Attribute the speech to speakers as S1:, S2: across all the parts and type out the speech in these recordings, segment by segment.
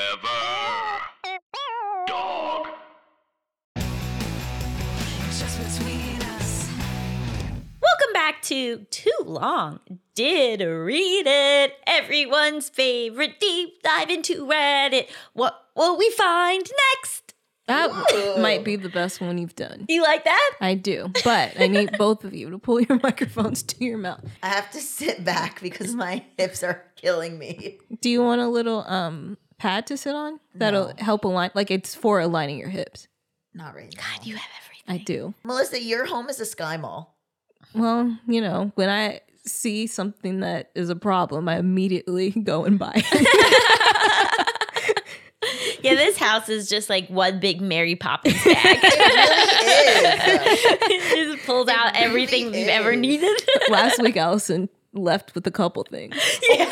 S1: Forever. Dog.
S2: Just between us.
S3: Welcome back to Too Long Did Read It, everyone's favorite deep dive into Reddit. What will we find next?
S4: That w- might be the best one you've done.
S3: You like that?
S4: I do, but I need both of you to pull your microphones to your mouth.
S5: I have to sit back because my hips are killing me.
S4: Do you want a little um pad to sit on? That'll help align. Like it's for aligning your hips.
S5: Not right now.
S3: God, you have everything.
S4: I do.
S5: Melissa, your home is a sky mall.
S4: Well, you know, when I see something that is a problem, I immediately go and buy it.
S3: Yeah, this house is just like one big Mary Poppins bag.
S5: It is.
S3: It just pulls out everything we've ever
S5: is.
S3: needed.
S4: Last week, Allison left with a couple things.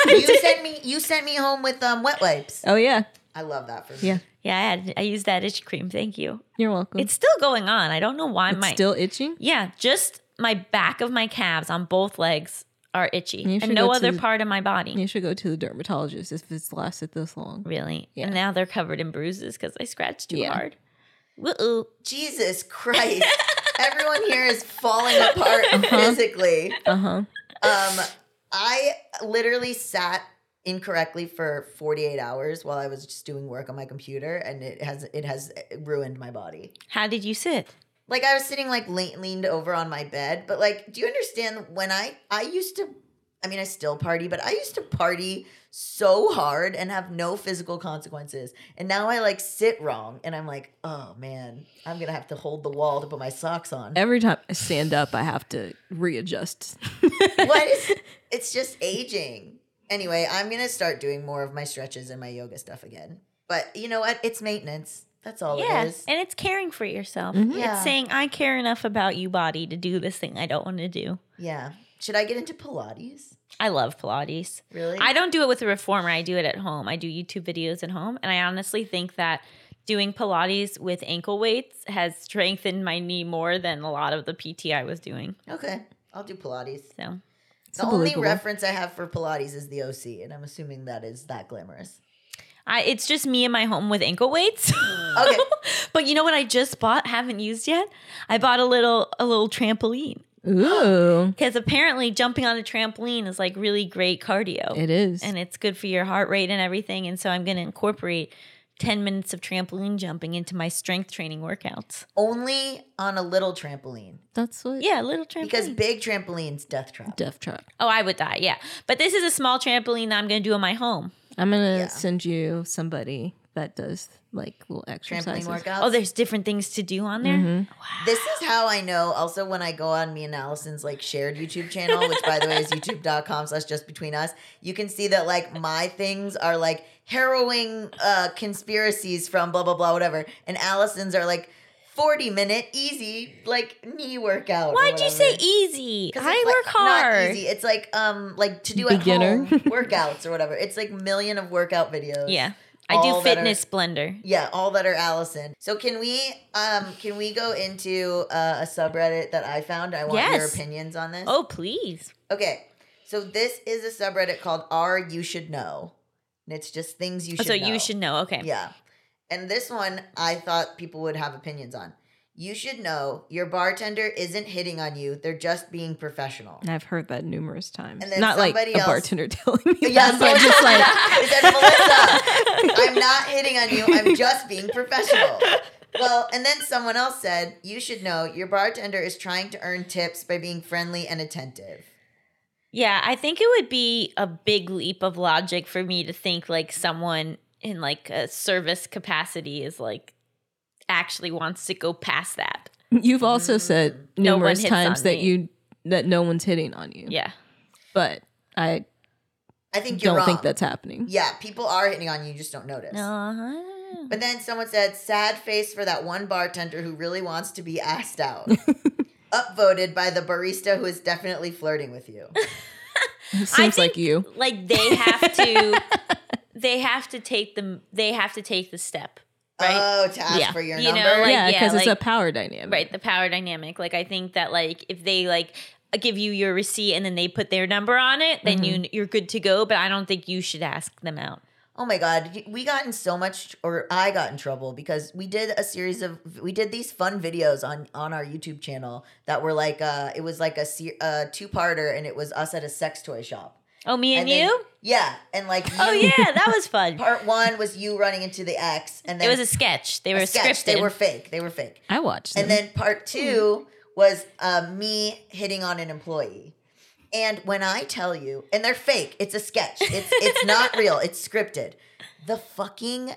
S5: you sent me you sent me home with um wet wipes.
S4: Oh yeah,
S5: I love that for me.
S4: yeah.
S3: yeah, I, had, I used that itch cream. Thank you.
S4: You're welcome.
S3: It's still going on. I don't know why
S4: Mm. It's
S3: my
S4: still itching.
S3: yeah, just my back of my calves on both legs are itchy,
S4: You
S3: and
S4: should
S3: no
S4: go to
S3: other
S4: the-
S3: part of my body.
S4: You should go to the dermatologist if it's lasted this long.
S3: Really?
S4: Yeah.
S3: And now they're covered in bruises because I scratched too
S4: Yeah.
S3: hard. Woo!
S5: Jesus Christ. Everyone here is falling apart physically.
S4: Uh huh.
S5: Um I literally sat incorrectly for 48 hours while I was just doing work on my computer and it has it has ruined my body.
S3: How did you sit?
S5: like I was sitting like le- leaned over on my bed, but like, do you understand when I I used to, I mean, I still party, but I used to party so hard and have no physical consequences, and now I like sit wrong, and I'm like, oh man, I'm gonna have to hold the wall to put my socks on.
S4: Every time I stand up, I have to readjust.
S5: what is? It's just aging. Anyway, I'm gonna start doing more of my stretches and my yoga stuff again. But you know what? It's maintenance. That's all
S3: yeah,
S5: it is.
S3: and it's caring for yourself.
S5: Yeah.
S3: It's saying I care enough about you, body, to do this thing I don't want to do.
S5: yeah. Should I get into Pilates?
S3: I love Pilates.
S5: Really?
S3: I don't do it with a reformer. I do it at home. I do YouTube videos at home, and I honestly think that doing Pilates with ankle weights has strengthened my knee more than a lot of the PT I was doing.
S5: Okay, I'll do Pilates.
S3: So
S5: The only
S4: unbelievable.
S5: reference I have for Pilates is the OC, and I'm assuming that is that glamorous.
S3: I, it's just me in my home with ankle weights.
S5: Okay,
S3: But you know what I just bought, haven't used yet? I bought a little a little trampoline
S4: Ooh,
S3: because apparently jumping on a trampoline is like really great cardio
S4: it is.
S3: and it's good for your heart rate and everything. And so I'm going to incorporate 10 minutes of trampoline jumping into my strength training workouts.
S5: only on a little trampoline
S4: That's what.
S3: Yeah, a little trampoline.
S5: because big trampolines death trap.
S4: Death trap.
S3: oh, I would die. Yeah. But this is a small trampoline that I'm going to do in my home.
S4: I'm gonna
S5: Yeah.
S4: send you somebody that does like little
S5: Trampoline
S4: exercises.
S5: workouts.
S3: Oh, there's different things to do on there.
S5: this is how I know. Also, when I go on me and Allison's like shared YouTube channel, which by the way is YouTube.com/slash Just Between Us, you can see that like my things are like harrowing uh, conspiracies from blah blah blah whatever, and Allison's are like forty minute easy like knee workout. or
S3: Why'd you say
S5: whatever.
S3: easy?
S5: 'Cause
S3: I
S5: it's, like,
S3: work
S5: Not
S3: hard.
S5: easy. It's like um like to do
S4: Beginner.
S5: at home workouts or whatever. It's like million of workout videos.
S3: Yeah. I
S5: All
S3: do
S5: that are-
S3: fitness blender.
S5: Yeah, all that are Allison. So can we um can we go into uh, a subreddit that I found? I want your
S3: Yes.
S5: opinions on this.
S3: Oh, please.
S5: Okay. So this is a subreddit called R You Should Know. And it's just things you should
S3: Oh, so
S5: know.
S3: you should know. Okay.
S5: Yeah. And this one I thought people would have opinions on. You should know your bartender isn't hitting on you. They're just being professional.
S4: And I've heard that numerous times.
S5: And then
S4: Not like
S5: somebody
S4: a
S5: else-
S4: bartender telling me
S5: Yeah,
S4: that,
S5: so
S4: but
S5: it's
S4: just like
S5: It said, Melissa, I'm not hitting on you. I'm just being professional. Well, and then someone else said, You should know your bartender is trying to earn tips by being friendly and attentive.
S3: Yeah, I think it would be a big leap of logic for me to think like someone in like a service capacity is like actually wants to go past that.
S4: you've also said
S3: No one
S4: numerous
S3: hits
S4: times
S3: on
S4: that
S3: me.
S4: you that no one's hitting on you.
S3: Yeah.
S4: But I
S5: I think you're
S4: don't
S5: wrong.
S4: think that's happening.
S5: Yeah, people are hitting on you, you just don't notice.
S3: Uh-huh.
S5: But then someone said, Sad face for that one bartender who really wants to be asked out. Upvoted by the barista who is definitely flirting with you.
S4: It
S3: I
S4: seems like
S3: think,
S4: you.
S3: Like they have to they have to take the they have to take the step, right?
S5: Oh, to ask
S3: Yeah.
S5: for your
S3: You know,
S5: number.
S3: like-
S4: yeah,
S3: yeah,
S4: because it's
S3: like-
S4: a power dynamic.
S3: right, the power dynamic. Like I think that like if they like give you your
S4: Mm-hmm.
S3: receipt and then they put their number on it, then you you're good to go, but I don't think you should ask them out.
S5: Oh my God, we got in so much, or I got in trouble because we did a series of we did these fun videos on on our YouTube channel that were like uh it was like a, se- a two parter and it was us at a sex toy shop.
S3: Oh, me and, you?
S5: then- yeah, and like
S3: oh,
S5: you-
S3: yeah, that was fun.
S5: Part one was you running into the ex, and
S3: It
S5: then
S3: was a sketch. They
S5: a
S3: were
S5: sketch.
S3: scripted.
S5: They were fake. They were fake.
S4: I watched.
S5: And
S4: them.
S5: then part two was uh, me hitting on an employee. And when I tell you, and they're fake, it's a sketch. It's it's not real. It's scripted. The fucking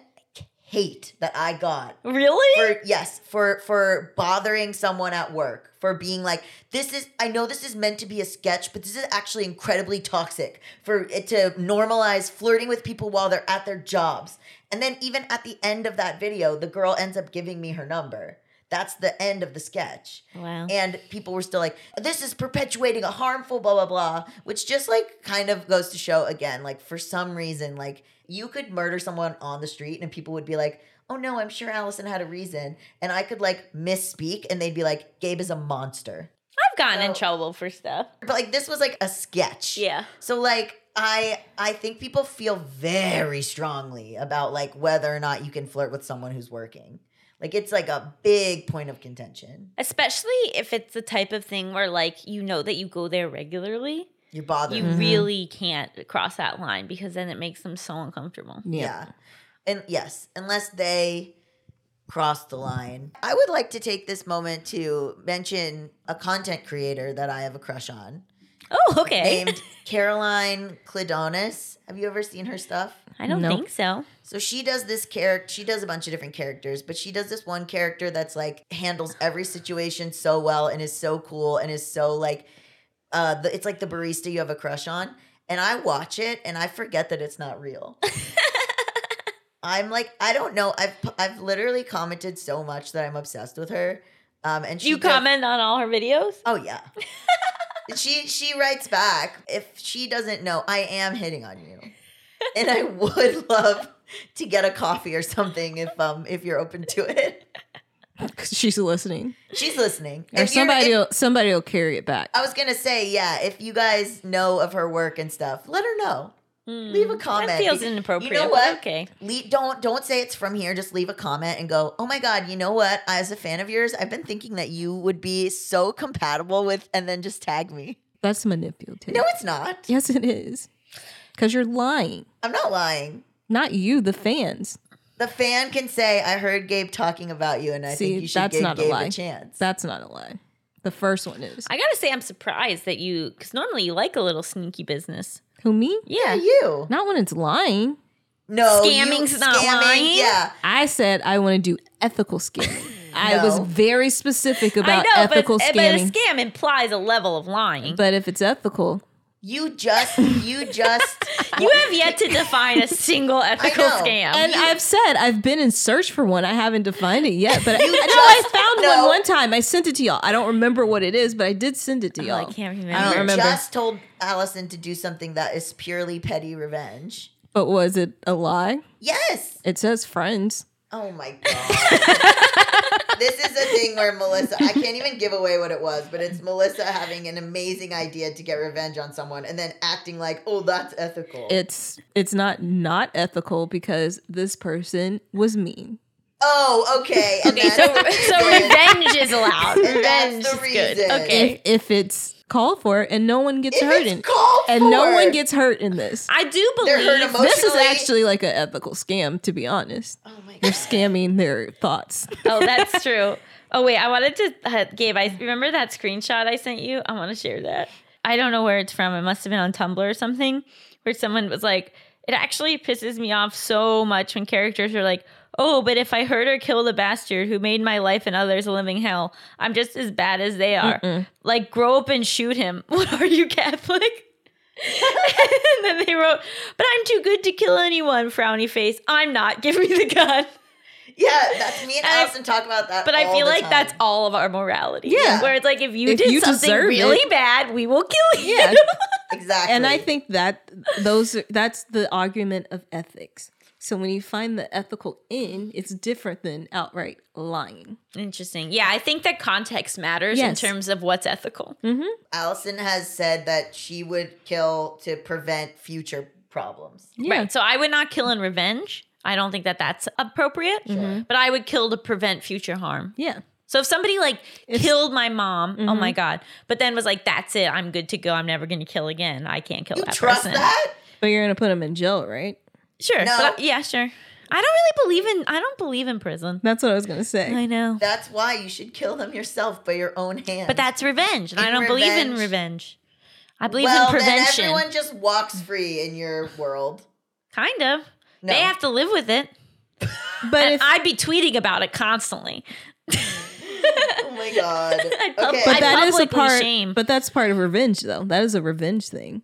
S5: hate that I got
S3: really?
S5: for yes for for bothering someone at work for being like this is i know this is meant to be a sketch but this is actually incredibly toxic for it to normalize flirting with people while they're at their jobs and then even at the end of that video the girl ends up giving me her number that's the end of the sketch
S3: wow.
S5: and people were still like this is perpetuating a harmful blah blah blah which just like kind of goes to show again like for some reason like you could murder someone on the street and people would be like oh no i'm sure allison had a reason and i could like misspeak and they'd be like gabe is a monster
S3: I've gotten in
S5: so-
S3: trouble for stuff.
S5: but like this was like a sketch
S3: Yeah.
S5: so like i i think people feel very strongly about like whether or not you can flirt with someone who's working like it's like a big point of contention
S3: Especially if it's the type of thing where, like, you know that you go there regularly.
S5: you're bothering
S3: You
S5: me.
S3: really can't cross that line because then it makes them so uncomfortable.
S5: Yeah. And yes, unless they cross the line. I would like to take this moment to mention a content creator that I have a crush on
S3: Oh, okay.
S5: named Caroline Clidonis. Have you ever seen her stuff?
S3: I don't
S4: Nope.
S3: think so.
S5: So she does this character, she does a bunch of different characters, but she does this one character that's like handles every situation so well and is so cool and is so like uh the, it's like the barista you have a crush on and I watch it and I forget that it's not real. I'm like I don't know. I've I've literally commented so much that I'm obsessed with her. Um and she
S3: you
S5: does-
S3: comment on all her videos?
S5: Oh yeah. she she writes back if she doesn't know I am hitting on you, and I would love to get a coffee or something if um if you're open to it.
S4: 'Cause she's listening,
S5: She's listening.
S4: or
S5: If you're-
S4: somebody
S5: if-
S4: will somebody will carry it back.
S5: I was gonna say yeah. If you guys know of her work and stuff, let her know. Leave a comment.
S3: Hmm. That feels
S5: Be-
S3: inappropriate.
S5: You know
S3: but
S5: what?
S3: Okay.
S5: Le- don't don't say it's from here. Just leave a comment and go. Oh my god! You know what? As a fan of yours, I've been thinking that you would be so compatible with, and then just tag me.
S4: That's manipulative.
S5: No, it's not.
S4: yes, it is, because you're lying.
S5: I'm not lying.
S4: Not you, the fans.
S5: The fan can say, "I heard Gabe talking about you, and I
S4: See,
S5: think you should
S4: that's
S5: give
S4: not a
S5: Gabe a,
S4: lie.
S5: chance."
S4: That's not a lie. The first one is.
S3: I gotta say, I'm surprised that you, because normally you like a little sneaky business.
S4: Who me?
S3: Yeah.
S5: yeah, you.
S4: Not when it's lying.
S5: No, you-
S3: Scamming's not lying?
S5: Yeah,
S4: I said I want to do ethical scamming. I was
S5: No.
S4: very specific about
S3: I know,
S4: ethical
S3: but,
S4: scamming.
S3: but a scam implies a level of lying.
S4: but if it's ethical,
S5: you just, you just.
S3: you have yet to define a single ethical
S5: know.
S3: scam.
S4: And I've said I've been in search for one. I haven't defined it yet, but I, I know I
S5: just
S4: found
S5: know.
S4: one one time. I sent it to y'all. I don't remember what it is, but I did send it to
S3: Oh,
S4: y'all.
S3: I can't
S4: I don't
S5: you
S3: remember.
S4: remember.
S5: just told Allison to do something that is purely petty revenge.
S4: But was it a lie?
S5: Yes.
S4: It says friends.
S5: Oh my god. this is a thing where Melissa. I can't even give away what it was, but it's Melissa having an amazing idea to get revenge on someone and then acting like, "Oh, that's ethical."
S4: It's it's not not ethical because this person was mean.
S5: oh, okay. And
S3: Okay, so,
S5: that's-
S3: so revenge is allowed.
S5: And that's
S3: Revenge
S5: the
S3: is good.
S5: reason.
S3: Okay.
S4: If if it's called for and no one gets
S5: If
S4: hurt
S5: it's
S4: in
S5: called
S4: and no
S5: for.
S4: one gets hurt in this.
S3: I do
S5: They're hurt
S3: believe.
S5: emo-
S4: This is
S5: Emotionally-
S4: actually like an ethical scam, to be honest.
S5: Oh my
S4: You're
S5: god.
S4: scamming their thoughts.
S3: oh, that's true. Oh wait, I wanted to, uh, Gabe. I remember that screenshot I sent you. I want to share that. I don't know where it's from. It must have been on Tumblr or something, where someone was like, "It actually pisses me off so much when characters are like." Oh, but if I hurt or kill the bastard who made my life and others a living hell, I'm just as bad as they are. Like, grow up and shoot him. What are you, Catholic? and then they wrote, But I'm too good to kill anyone, frowny face. I'm not. Give me the gun.
S5: Yeah, that's me and
S3: And I-
S5: Allison talk about that.
S3: But I
S5: all
S3: feel
S5: the
S3: like that's
S5: time.
S3: all of our morality.
S5: Yeah.
S3: Where it's like if you
S4: If
S3: did
S4: you
S3: something
S4: deserve
S3: really
S4: it-
S3: bad, we will kill you.
S4: Yeah.
S5: exactly.
S4: and I think that those that's the argument of ethics. So when you find the ethical in, it's different than outright lying.
S3: Interesting. Yeah, I think that context matters
S4: Yes.
S3: in terms of what's ethical.
S5: Allison has said that she would kill to prevent future problems.
S4: Yeah.
S3: Right. So I would not kill in revenge. I don't think that that's appropriate, Mm-hmm. but I would kill to prevent future harm.
S4: Yeah.
S3: So if somebody like
S4: It's-
S3: killed my mom, oh my god, but then was like, "That's it, I'm good to go. I'm never going to kill again. I can't kill
S5: You
S3: that
S5: trust
S3: person."
S5: that?
S4: But you're gonna put him in jail, right?
S3: Sure,
S5: No.
S3: but I- yeah, sure. I don't really believe in. I don't believe in prison.
S4: That's what I was gonna say.
S3: I know,
S5: That's why you should kill them yourself by your own hand.
S3: but that's revenge, and I
S5: In
S3: don't believe in
S5: revenge-
S3: revenge. I believe
S5: well,
S3: in prevention.
S5: then everyone just walks free in your world.
S3: kind of.
S5: No.
S3: They have to live with it.
S4: But
S3: And
S4: if
S3: I'd be tweeting about it constantly.
S5: Oh my god.
S3: I pub-
S5: Okay.
S3: I
S4: but that is a
S3: publicly
S4: part.
S3: shame.
S4: But that's part of revenge, though. That is a revenge thing.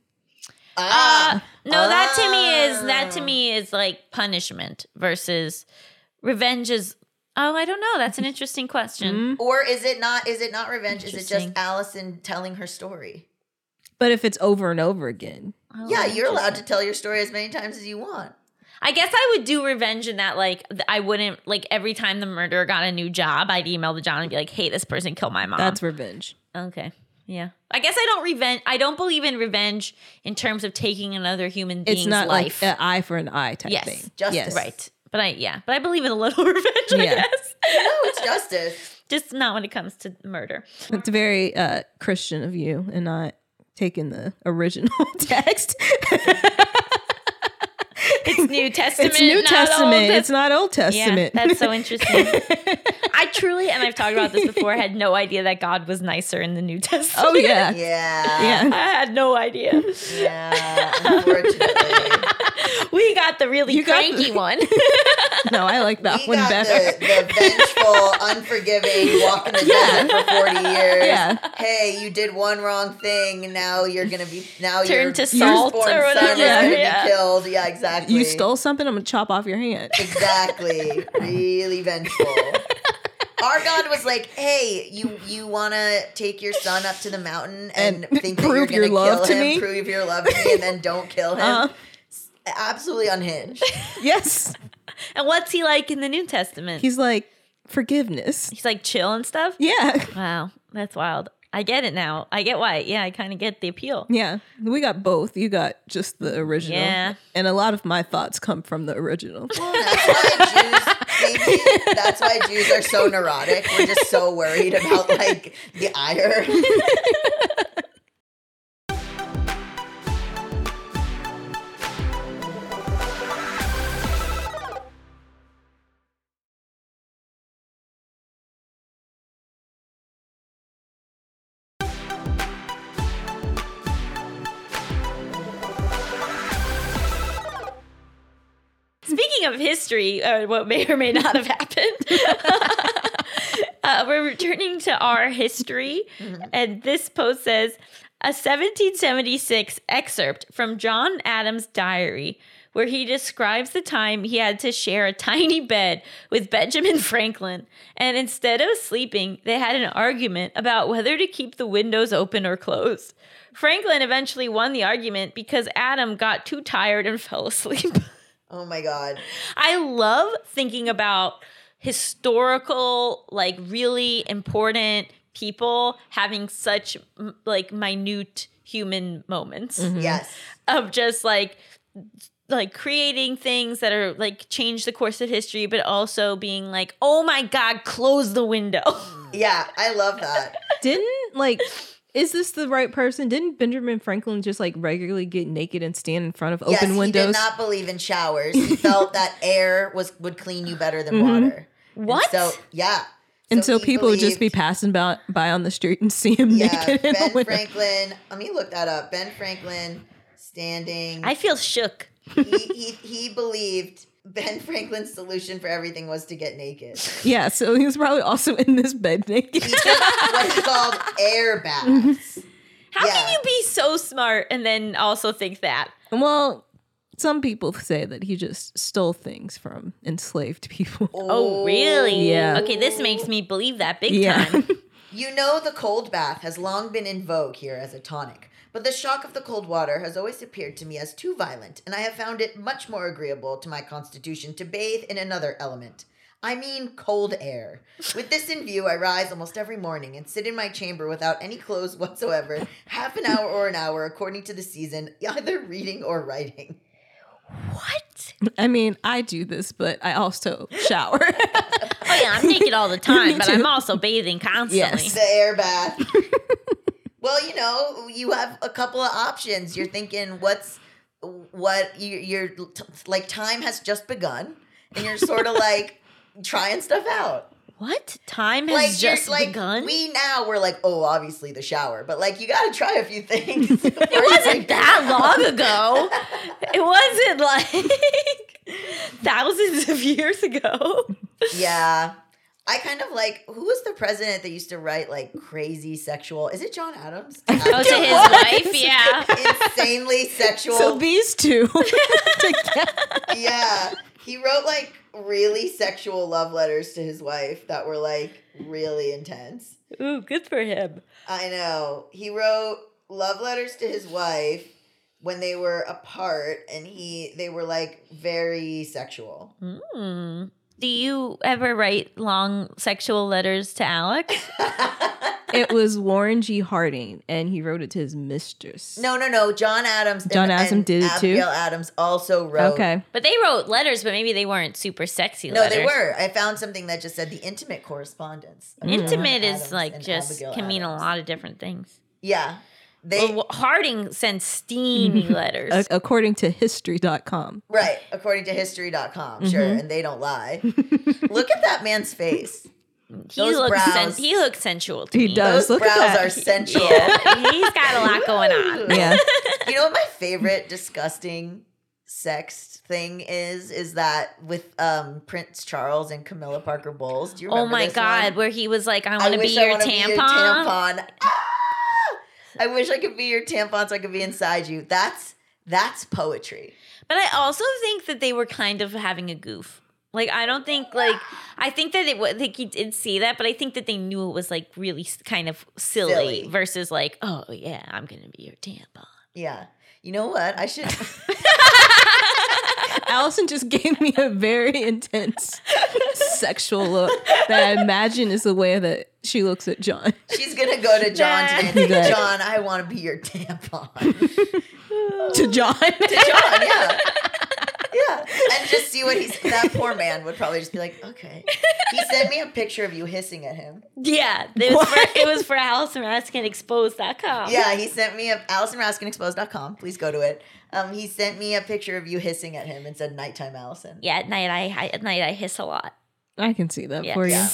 S5: ah,
S3: Uh, No, that to me is that
S5: oh.
S3: to me is like punishment versus revenge is oh, I don't know. That's an interesting
S4: Mm-hmm.
S3: question.
S5: or is it not is it not revenge? Is it just
S3: uh, Interesting.
S5: Allison telling her story?
S4: But if it's over and over again,
S3: Oh,
S5: yeah, you're allowed
S3: interesting.
S5: to tell your story as many times as you want.
S3: I guess I would do revenge in that like th- I wouldn't like every time the murderer got a new job, I'd email the job and be like, "Hey, this person killed my mom."
S4: that's revenge.
S3: okay. Yeah. I guess I don't revenge I don't believe in revenge in terms of taking another human being's
S4: It's not
S3: life.
S4: like an eye for an eye type
S3: Yes.
S4: thing.
S5: Justice.
S4: Yes.
S3: right. But I yeah, but I believe in a little revenge, I
S4: Yeah.
S3: guess.
S5: No, it's justice.
S3: Just not when it comes to murder.
S4: It's very uh, Christian of you, and not taking the original text.
S3: It's New Testament.
S4: it's New
S3: not Old
S4: Testament.
S3: Testament.
S4: It's not Old
S3: Yeah,
S4: Testament.
S3: that's so interesting. I truly, and I've talked about this before, had no idea that God was nicer in the New Testament.
S4: oh yeah,
S5: Yeah.
S4: yeah.
S3: I had no idea.
S5: Yeah. Unfortunately.
S3: We got the really
S4: You got the-
S3: cranky one.
S4: No, I like that
S5: we
S4: one
S5: got
S4: better.
S5: The, the vengeful, unforgiving, walking the
S4: Yeah.
S5: desert for 40 years.
S4: Yeah.
S5: Hey, you did one wrong thing. Now you're going to be, now you're.
S3: Turned to salt or whatever.
S4: Yeah.
S5: Yeah.
S3: Yeah.
S5: Be killed. Yeah, exactly.
S4: You stole something. I'm gonna chop off your hand.
S5: Exactly. really vengeful. Our God was like, "Hey, you you want to take your son up to the mountain and,
S4: And
S5: think
S4: prove
S5: that you're
S4: your
S5: going
S4: love
S5: kill
S4: to
S5: him,
S4: me?
S5: prove your love to me, and then don't kill him."
S4: Uh,
S5: Absolutely unhinged.
S4: yes,
S3: and what's he like in the New Testament? He's,
S4: he's like forgiveness.
S3: like chill and stuff.
S4: Yeah,
S3: Wow, that's wild. I get it now. I get why. Yeah, I kind of get the appeal.
S4: yeah. We got both. You got just the original.
S3: Yeah.
S4: And a lot of my thoughts come from the original.
S5: That's why Jews. Maybe that's why Jews are so neurotic. We're just so worried about like the ire.
S3: Speaking of history, uh, what may or may not have happened, uh, we're returning to our history. And this post says a 1776 excerpt from John Adams' diary, where he describes the time he had to share a tiny bed with Benjamin Franklin. And instead of sleeping, they had an argument about whether to keep the windows open or closed. Franklin eventually won the argument because Adam got too tired and fell asleep.
S5: Oh my god.
S3: I love thinking about historical, like really important people having such m- like minute human moments
S4: Mm-hmm.
S5: Yes.
S3: of just like like creating things that are like change the course of history but also being like oh my god close the window
S5: Yeah, I love that.
S4: Didn't like is this the right person? Didn't Benjamin Franklin just like regularly get naked and stand in front of open
S5: yes, he did
S4: windows?
S5: not believe in showers. He felt that air was would clean you better than water. And
S3: what
S5: So yeah.
S4: and so
S5: he
S4: Mm-hmm. people would just be
S5: believed-
S4: passing by, by on the street and see him
S5: Yeah,
S4: naked in the
S5: Ben
S4: window.
S5: Franklin. Let me look that up. Ben Franklin standing.
S3: i feel shook
S5: he, he he believed Ben Franklin's solution for everything was to get naked.
S4: Yeah, so he was probably also in this bed naked.
S5: He took what's called air baths.
S3: how
S5: Yeah.
S3: can you be so smart and then also think that
S4: well, some people say that he just stole things from enslaved people.
S3: oh really
S4: Yeah.
S3: okay this makes me believe that big
S4: Yeah.
S3: time
S5: You know, the cold bath has long been in vogue here as a tonic, but the shock of the cold water has always appeared to me as too violent, and I have found it much more agreeable to my constitution to bathe in another element. I mean, cold air. With this in view, I rise almost every morning and sit in my chamber without any clothes whatsoever, half an hour or an hour, according to the season, either reading or writing.
S3: What?
S4: I mean, I do this, but I also shower.
S3: Oh yeah, I'm naked all the time,
S4: Me
S3: but
S4: too.
S3: I'm also bathing constantly.
S4: Yes.
S5: the air bath. well, you know, you have a couple of options. You're thinking, what's what you, you're t- like? Time has just begun, and you're sort of like trying stuff out.
S3: What? Time has
S5: Like you're
S3: just
S5: like
S3: begun.
S5: we now we're like, oh, obviously the shower, but like you got to try a few things. it
S3: it wasn't that long ago. It wasn't like thousands of years ago.
S5: Yeah. I kind of like who was the president that used to write like crazy sexual? Is it John Adams?
S3: Oh, to his
S4: was.
S3: wife, yeah.
S5: insanely sexual.
S4: so these two together.
S5: yeah. He wrote like really sexual love letters to his wife that were like really intense.
S3: Ooh, good for him.
S5: I know. He wrote love letters to his wife when they were apart and he they were like very sexual.
S3: Mm. Do you ever write long sexual letters to Alex?
S4: It was Warren G. Harding, and he wrote it to his mistress.
S5: No, no, no. John Adams.
S4: John
S5: and-
S4: Adams
S5: and
S4: did it too?
S5: Abigail Adams also wrote.
S4: Okay.
S3: But they wrote letters, but maybe they weren't super sexy
S5: No,
S3: letters.
S5: they were. I found something that just said the intimate correspondence. of
S3: Intimate
S5: John
S3: is
S5: Mm-hmm. Adams
S3: like
S5: and
S3: just
S5: Abigail
S3: can mean a
S5: Adams.
S3: lot of different things.
S5: Yeah, they
S3: Well, Harding sends steamy letters.
S4: A- according to history.com.
S5: right according to History.com, sure,
S4: Mm-hmm.
S5: and they don't lie. Look at that man's face.
S3: He
S5: Those
S3: looks sen-
S5: brows.
S3: he looks sensual to
S4: He
S3: me.
S4: does.
S5: Those
S4: Oh, Look at
S5: brows
S4: that.
S5: are sensual.
S3: Yeah, he's got a lot going on.
S4: Yeah.
S5: you know what my favorite disgusting sex thing is is that with um Prince Charles and Camilla Parker Bowles. Do you
S3: Oh
S5: remember
S3: my
S5: this
S3: god,
S5: one?
S3: where he was like, I want to be
S5: wish
S3: your
S5: wanna
S3: tampon.
S5: tampon. Ah! I wish I could be your tampon so I could be inside you. That's that's poetry.
S3: But I also think that they were kind of having a goof. Like I don't think like I think that it was like he did see that, but I think that they knew it was like really s- kind of silly,
S5: Silly.
S3: versus like, oh yeah, I'm gonna be your tampon.
S5: Yeah. You know what? I should
S4: Allison just gave me a very intense sexual look that I imagine is the way that she looks at John.
S5: she's gonna go to John
S3: Nah.
S5: today and say,
S4: Right.
S5: John, I wanna be your tampon.
S4: to John.
S5: John, yeah. Yeah. And just see what he's that poor man would probably just be like, okay. He sent me a picture of you hissing at him.
S3: Yeah, it was for, it was for Allison Raskin Exposed.com.
S5: Yeah, he sent me a AllisonRaskinExposed.com. Please go to it. Um, he sent me a picture of you hissing at him and said nighttime Allison.
S3: yeah. At night, I, I at night I hiss a lot.
S4: I can see that
S3: Yeah.
S4: for you.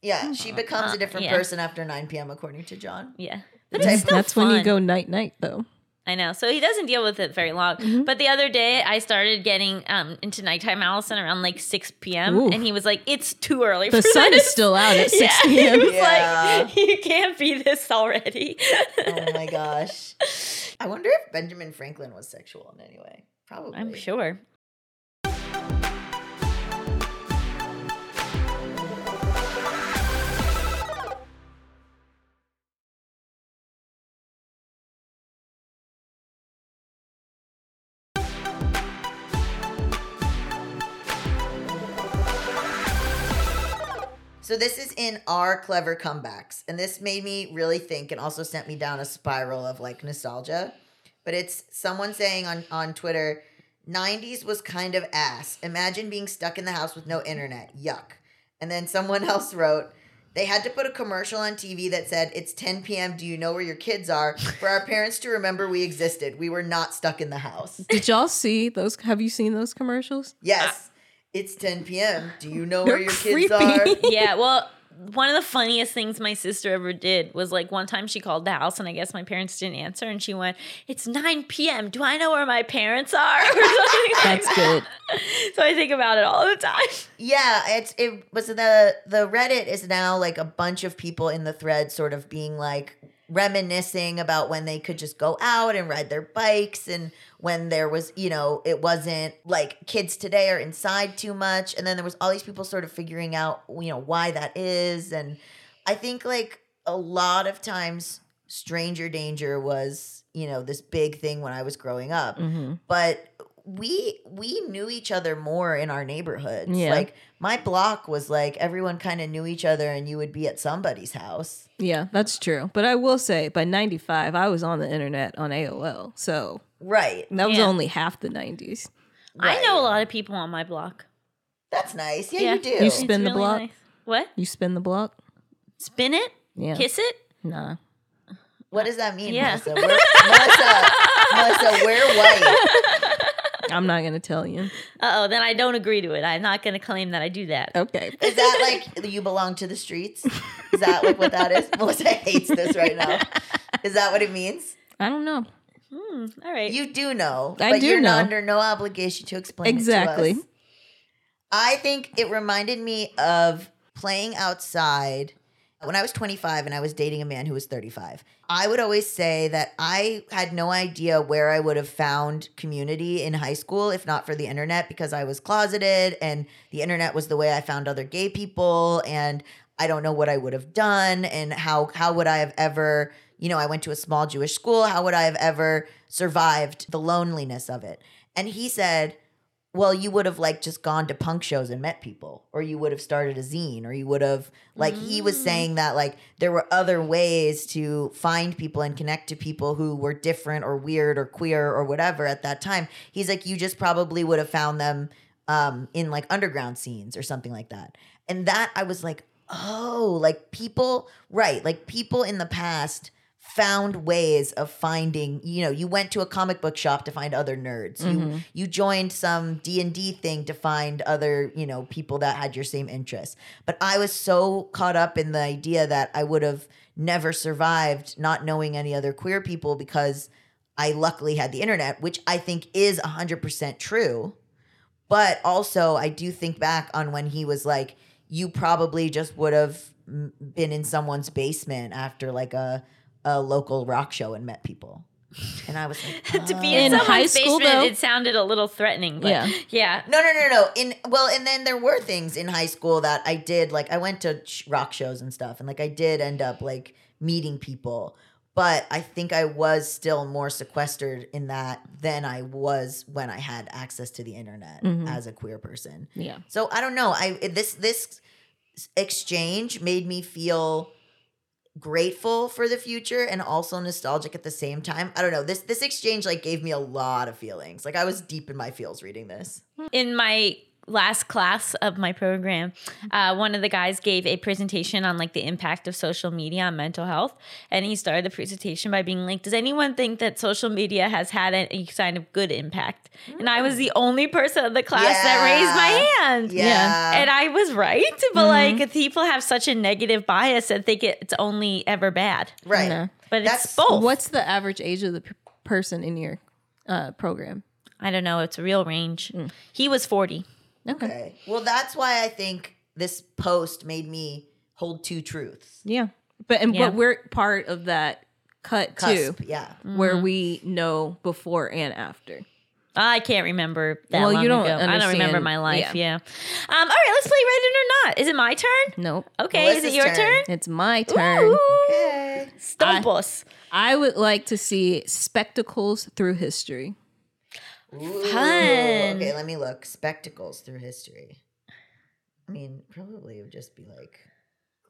S5: Yeah, she becomes
S3: uh,
S5: a different
S3: yeah.
S5: person after 9 p.m., according to John.
S3: Yeah. But
S5: Type-
S3: it's still
S4: That's when you
S3: fun.
S4: go night night though.
S3: I know. So he doesn't deal with it very long.
S4: Mm-hmm.
S3: But the other day, I started getting um, into nighttime Allison around like 6 p.m.
S4: Ooh.
S3: And he was like, it's too early
S4: The
S3: for
S4: sun
S3: this."
S4: is still out at
S3: Yeah.
S4: 6
S3: He
S4: p.m.
S3: was
S5: Yeah.
S3: like, you can't be this already.
S5: Oh my gosh. I wonder if Benjamin Franklin was sexual in any way. Probably.
S3: I'm sure.
S5: So this is in our clever comebacks, and this made me really think, and also sent me down a spiral of like nostalgia. But it's someone saying on on Twitter, "90s was kind of ass. Imagine being stuck in the house with no internet. Yuck." And then someone else wrote. They had to put a commercial on TV that said, It's 10 p.m. Do you know where your kids are? For our parents to remember we existed. We were not stuck in the house.
S4: Did y'all see those? Have you seen those commercials?
S5: Yes, it's 10 p.m. Do you know where
S4: They're
S5: your kids
S4: creepy.
S5: are?
S3: Yeah. Well, one of the funniest things my sister ever did was like one time she called the house, and I guess my parents didn't answer. And she went, it's 9 p.m. Do I know where my parents are? Or something like
S4: That's good.
S3: that. So I think about it all the time.
S5: Yeah, it's it was the the Reddit is now like a bunch of people in the thread sort of being like reminiscing about when they could just go out and ride their bikes and when there was, you know, it wasn't like kids today are inside too much and then there was all these people sort of figuring out, you know, why that is and I think like a lot of times stranger danger was, you know, this big thing when I was growing up
S4: hmm
S5: but we we knew each other more in our neighborhoods.
S4: Yeah.
S5: Like my block was like everyone kind of knew each other, and you would be at somebody's house.
S4: Yeah, that's true. But I will say, by 95, I was on the internet on AOL. So
S5: Right.
S4: And that was
S3: Yeah.
S4: only half the 90s.
S3: I
S5: Right.
S3: know a lot of people on my block.
S5: That's nice. Yeah,
S3: Yeah.
S5: you do.
S4: You
S3: It's
S4: sp- Spin the block?
S3: nice. What?
S4: You spin the block?
S3: Spin it?
S4: Yeah.
S3: Kiss it?
S4: Nah.
S5: what does that mean,
S3: Yeah.
S5: Melissa? We're, Melissa, Melissa, we're white.
S4: I'm not going to tell you.
S3: Uh oh, then I don't agree to it. I'm not going to claim that I do that.
S5: Oh.
S4: Okay.
S5: Is that like you belong to the streets? Is that like what that is? Melissa hates this right now. Is that what it means?
S4: I don't know.
S3: Hmm, all right.
S5: You do know.
S4: I
S5: but
S4: do
S5: you're
S4: know.
S5: Not under no obligation to explain It
S4: Exactly.
S5: to us. I think it reminded me of playing outside when I was 25 and I was dating a man who was 35. I would always say that I had no idea where I would have found community in high school if not for the internet because I was closeted and the internet was the way I found other gay people and I don't know what I would have done and how how would I have ever, you know, I went to a small Jewish school, how would I have ever survived the loneliness of it? And he said, well, you would have like just gone to punk shows and met people, or you would have started a zine, or you would have like he was saying that like there were other ways to find people and connect to people who were different or weird or queer or whatever at that time. He's like, you just probably would have found them um, in like underground scenes or something like that. And that I was like, oh, like people, right? Like people in the past found ways of finding you know you went to a comic book shop to find other nerds you you joined some d&d thing to find other you know people that had your same interests but i was so caught up in the idea that i would have never survived not knowing any other queer people because i luckily had the internet which i think is 100% true but also, I do think back on when he was like, you probably just would have mm, been in someone's basement after like a, a local rock show and met people. And I was like,
S3: to be
S5: "Oh."
S3: in,
S4: In
S3: someone's
S4: high school,
S3: basement,
S4: though-
S3: it sounded a little threatening. But yeah.
S4: Yeah.
S3: Yeah.
S5: No, no, no, no. In well, and then there were things in high school that I did. Like I went to sh- rock shows and stuff, and like I did end up like meeting people. But I think I was still more sequestered in that than I was when I had access to the internet
S4: Mhm.
S5: as a queer person.
S4: Yeah.
S5: So I don't know. I this this exchange made me feel grateful for the future and also nostalgic at the same time. I don't know. This this exchange like gave me a lot of feelings. Like I was deep in my feels reading this.
S3: in my last class of my program uh, one of the guys gave a presentation on like the impact of social media on mental health and he started the presentation by being like does anyone think that social media has had any kind of good impact and i was the only person in the class that raised my hand
S5: Yeah.
S4: Yeah.
S3: and i was right but like people have such a negative bias that think it- it's only ever bad
S5: right.
S4: No.
S3: but it's
S5: That's-
S3: both
S4: What's the average age of the p- person in your uh, program?
S3: i don't know it's a real range he was 40
S4: Okay.
S5: Okay. Well, that's why I think this post made me hold two truths.
S4: Yeah. But and
S3: Yeah.
S4: but we're part of that cut too,
S5: Cusp. Yeah.
S4: where we know before and after.
S3: I can't remember that
S4: Well,
S3: long
S4: you don't
S3: ago. I don't remember
S4: understand-
S3: my life.
S4: yeah.
S3: Yeah. Um, all right, let's play Reddit or not. Is it my turn?
S4: Nope.
S3: Okay, is it
S5: Melissa's
S3: your turn?
S5: turn.
S4: It's my turn.
S3: Ooh,
S5: Okay.
S3: Stump us.
S4: I would like to see spectacles through history.
S5: Ooh.
S3: Fun.
S5: Okay, let me look. Spectacles through history. I mean, probably it would just be like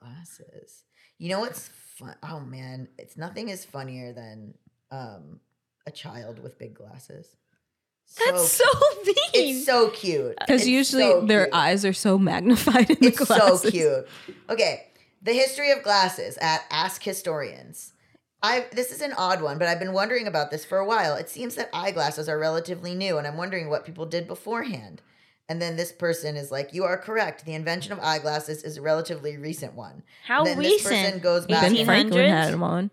S5: glasses. You know what's fun? Oh man, it's nothing is funnier than um a child with big glasses.
S3: That's so mean.
S5: It's so cute.
S4: Because
S5: It's
S4: usually
S5: so
S4: their
S5: cute.
S4: eyes are so magnified in
S5: It's
S4: the glasses.
S5: so cute. Okay, the history of glasses at Ask Historians. I this is an odd one, but I've been wondering about this for a while. It seems that eyeglasses are relatively new, and I'm wondering what people did beforehand. And then this person is like, "You are correct. The invention of eyeglasses is a relatively recent one."
S3: How
S5: Then this
S3: recent?
S5: person goes back-
S4: Ben
S3: 1800s?
S4: Franklin had them on.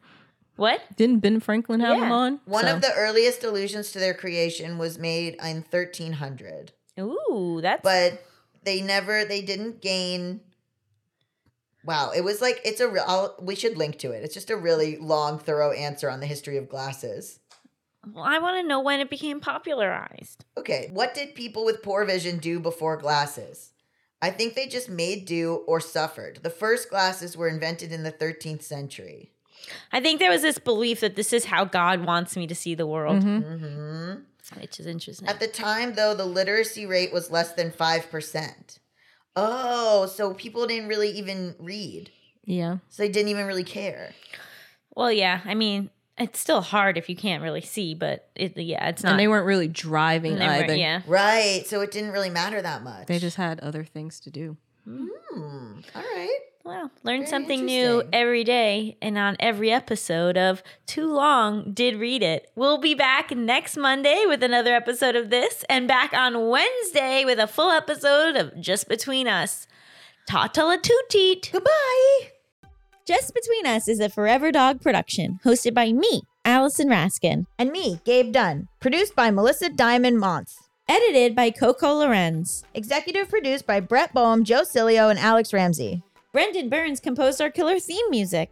S3: What?
S4: Didn't Ben Franklin have
S3: Yeah.
S4: them on?
S5: One
S4: So-
S5: of the earliest allusions to their creation was made in 1300,
S3: Ooh, that's
S5: but they never they didn't gain. Wow, it was like it's a. Re- I'll, we should link to it. It's just a really long, thorough answer on the history of glasses.
S3: well, I want to know when it became popularized.
S5: Okay, what did people with poor vision do before glasses? I think they just made do or suffered. The first glasses were invented in the 13th century.
S3: I think there was this belief that this is how God wants me to see the world,
S4: Mhm.
S5: hmm
S4: Mm-hmm.
S3: which is interesting.
S5: At the time, though, the literacy rate was less than 5%. Oh, so people didn't really even read.
S4: Yeah.
S5: So they didn't even really care.
S3: Well, yeah, I mean,
S6: it's still hard if you can't really see, but it, yeah, it's not.
S4: and they weren't really driving
S6: they weren't-
S4: either.
S6: yeah.
S7: Right. So it didn't really matter that much.
S4: They just had other things to do.
S7: Hmm. All right.
S6: Wow. Learn
S7: Very
S6: something new
S7: interesting.
S6: every day and on every episode of Too Long Did Read It. We'll be back next Monday with another episode of this and back on Wednesday with a full episode of Just Between Us. Ta ta la toot teet.
S7: Goodbye.
S3: Just Between Us is a Forever Dog production hosted by me, Allison Raskin,
S5: And me, Gabe Dunn. Produced by Melissa Diamond Montz.
S3: edited by Coco Lorenz.
S5: Executive produced by Brett Boehm, Joe Cilio, and Alex Ramsey.
S3: Brendan Burns composed our killer theme music.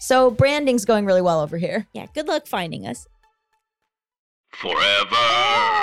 S5: So branding's going really well over here.
S3: Yeah, good luck finding us.
S1: Forever.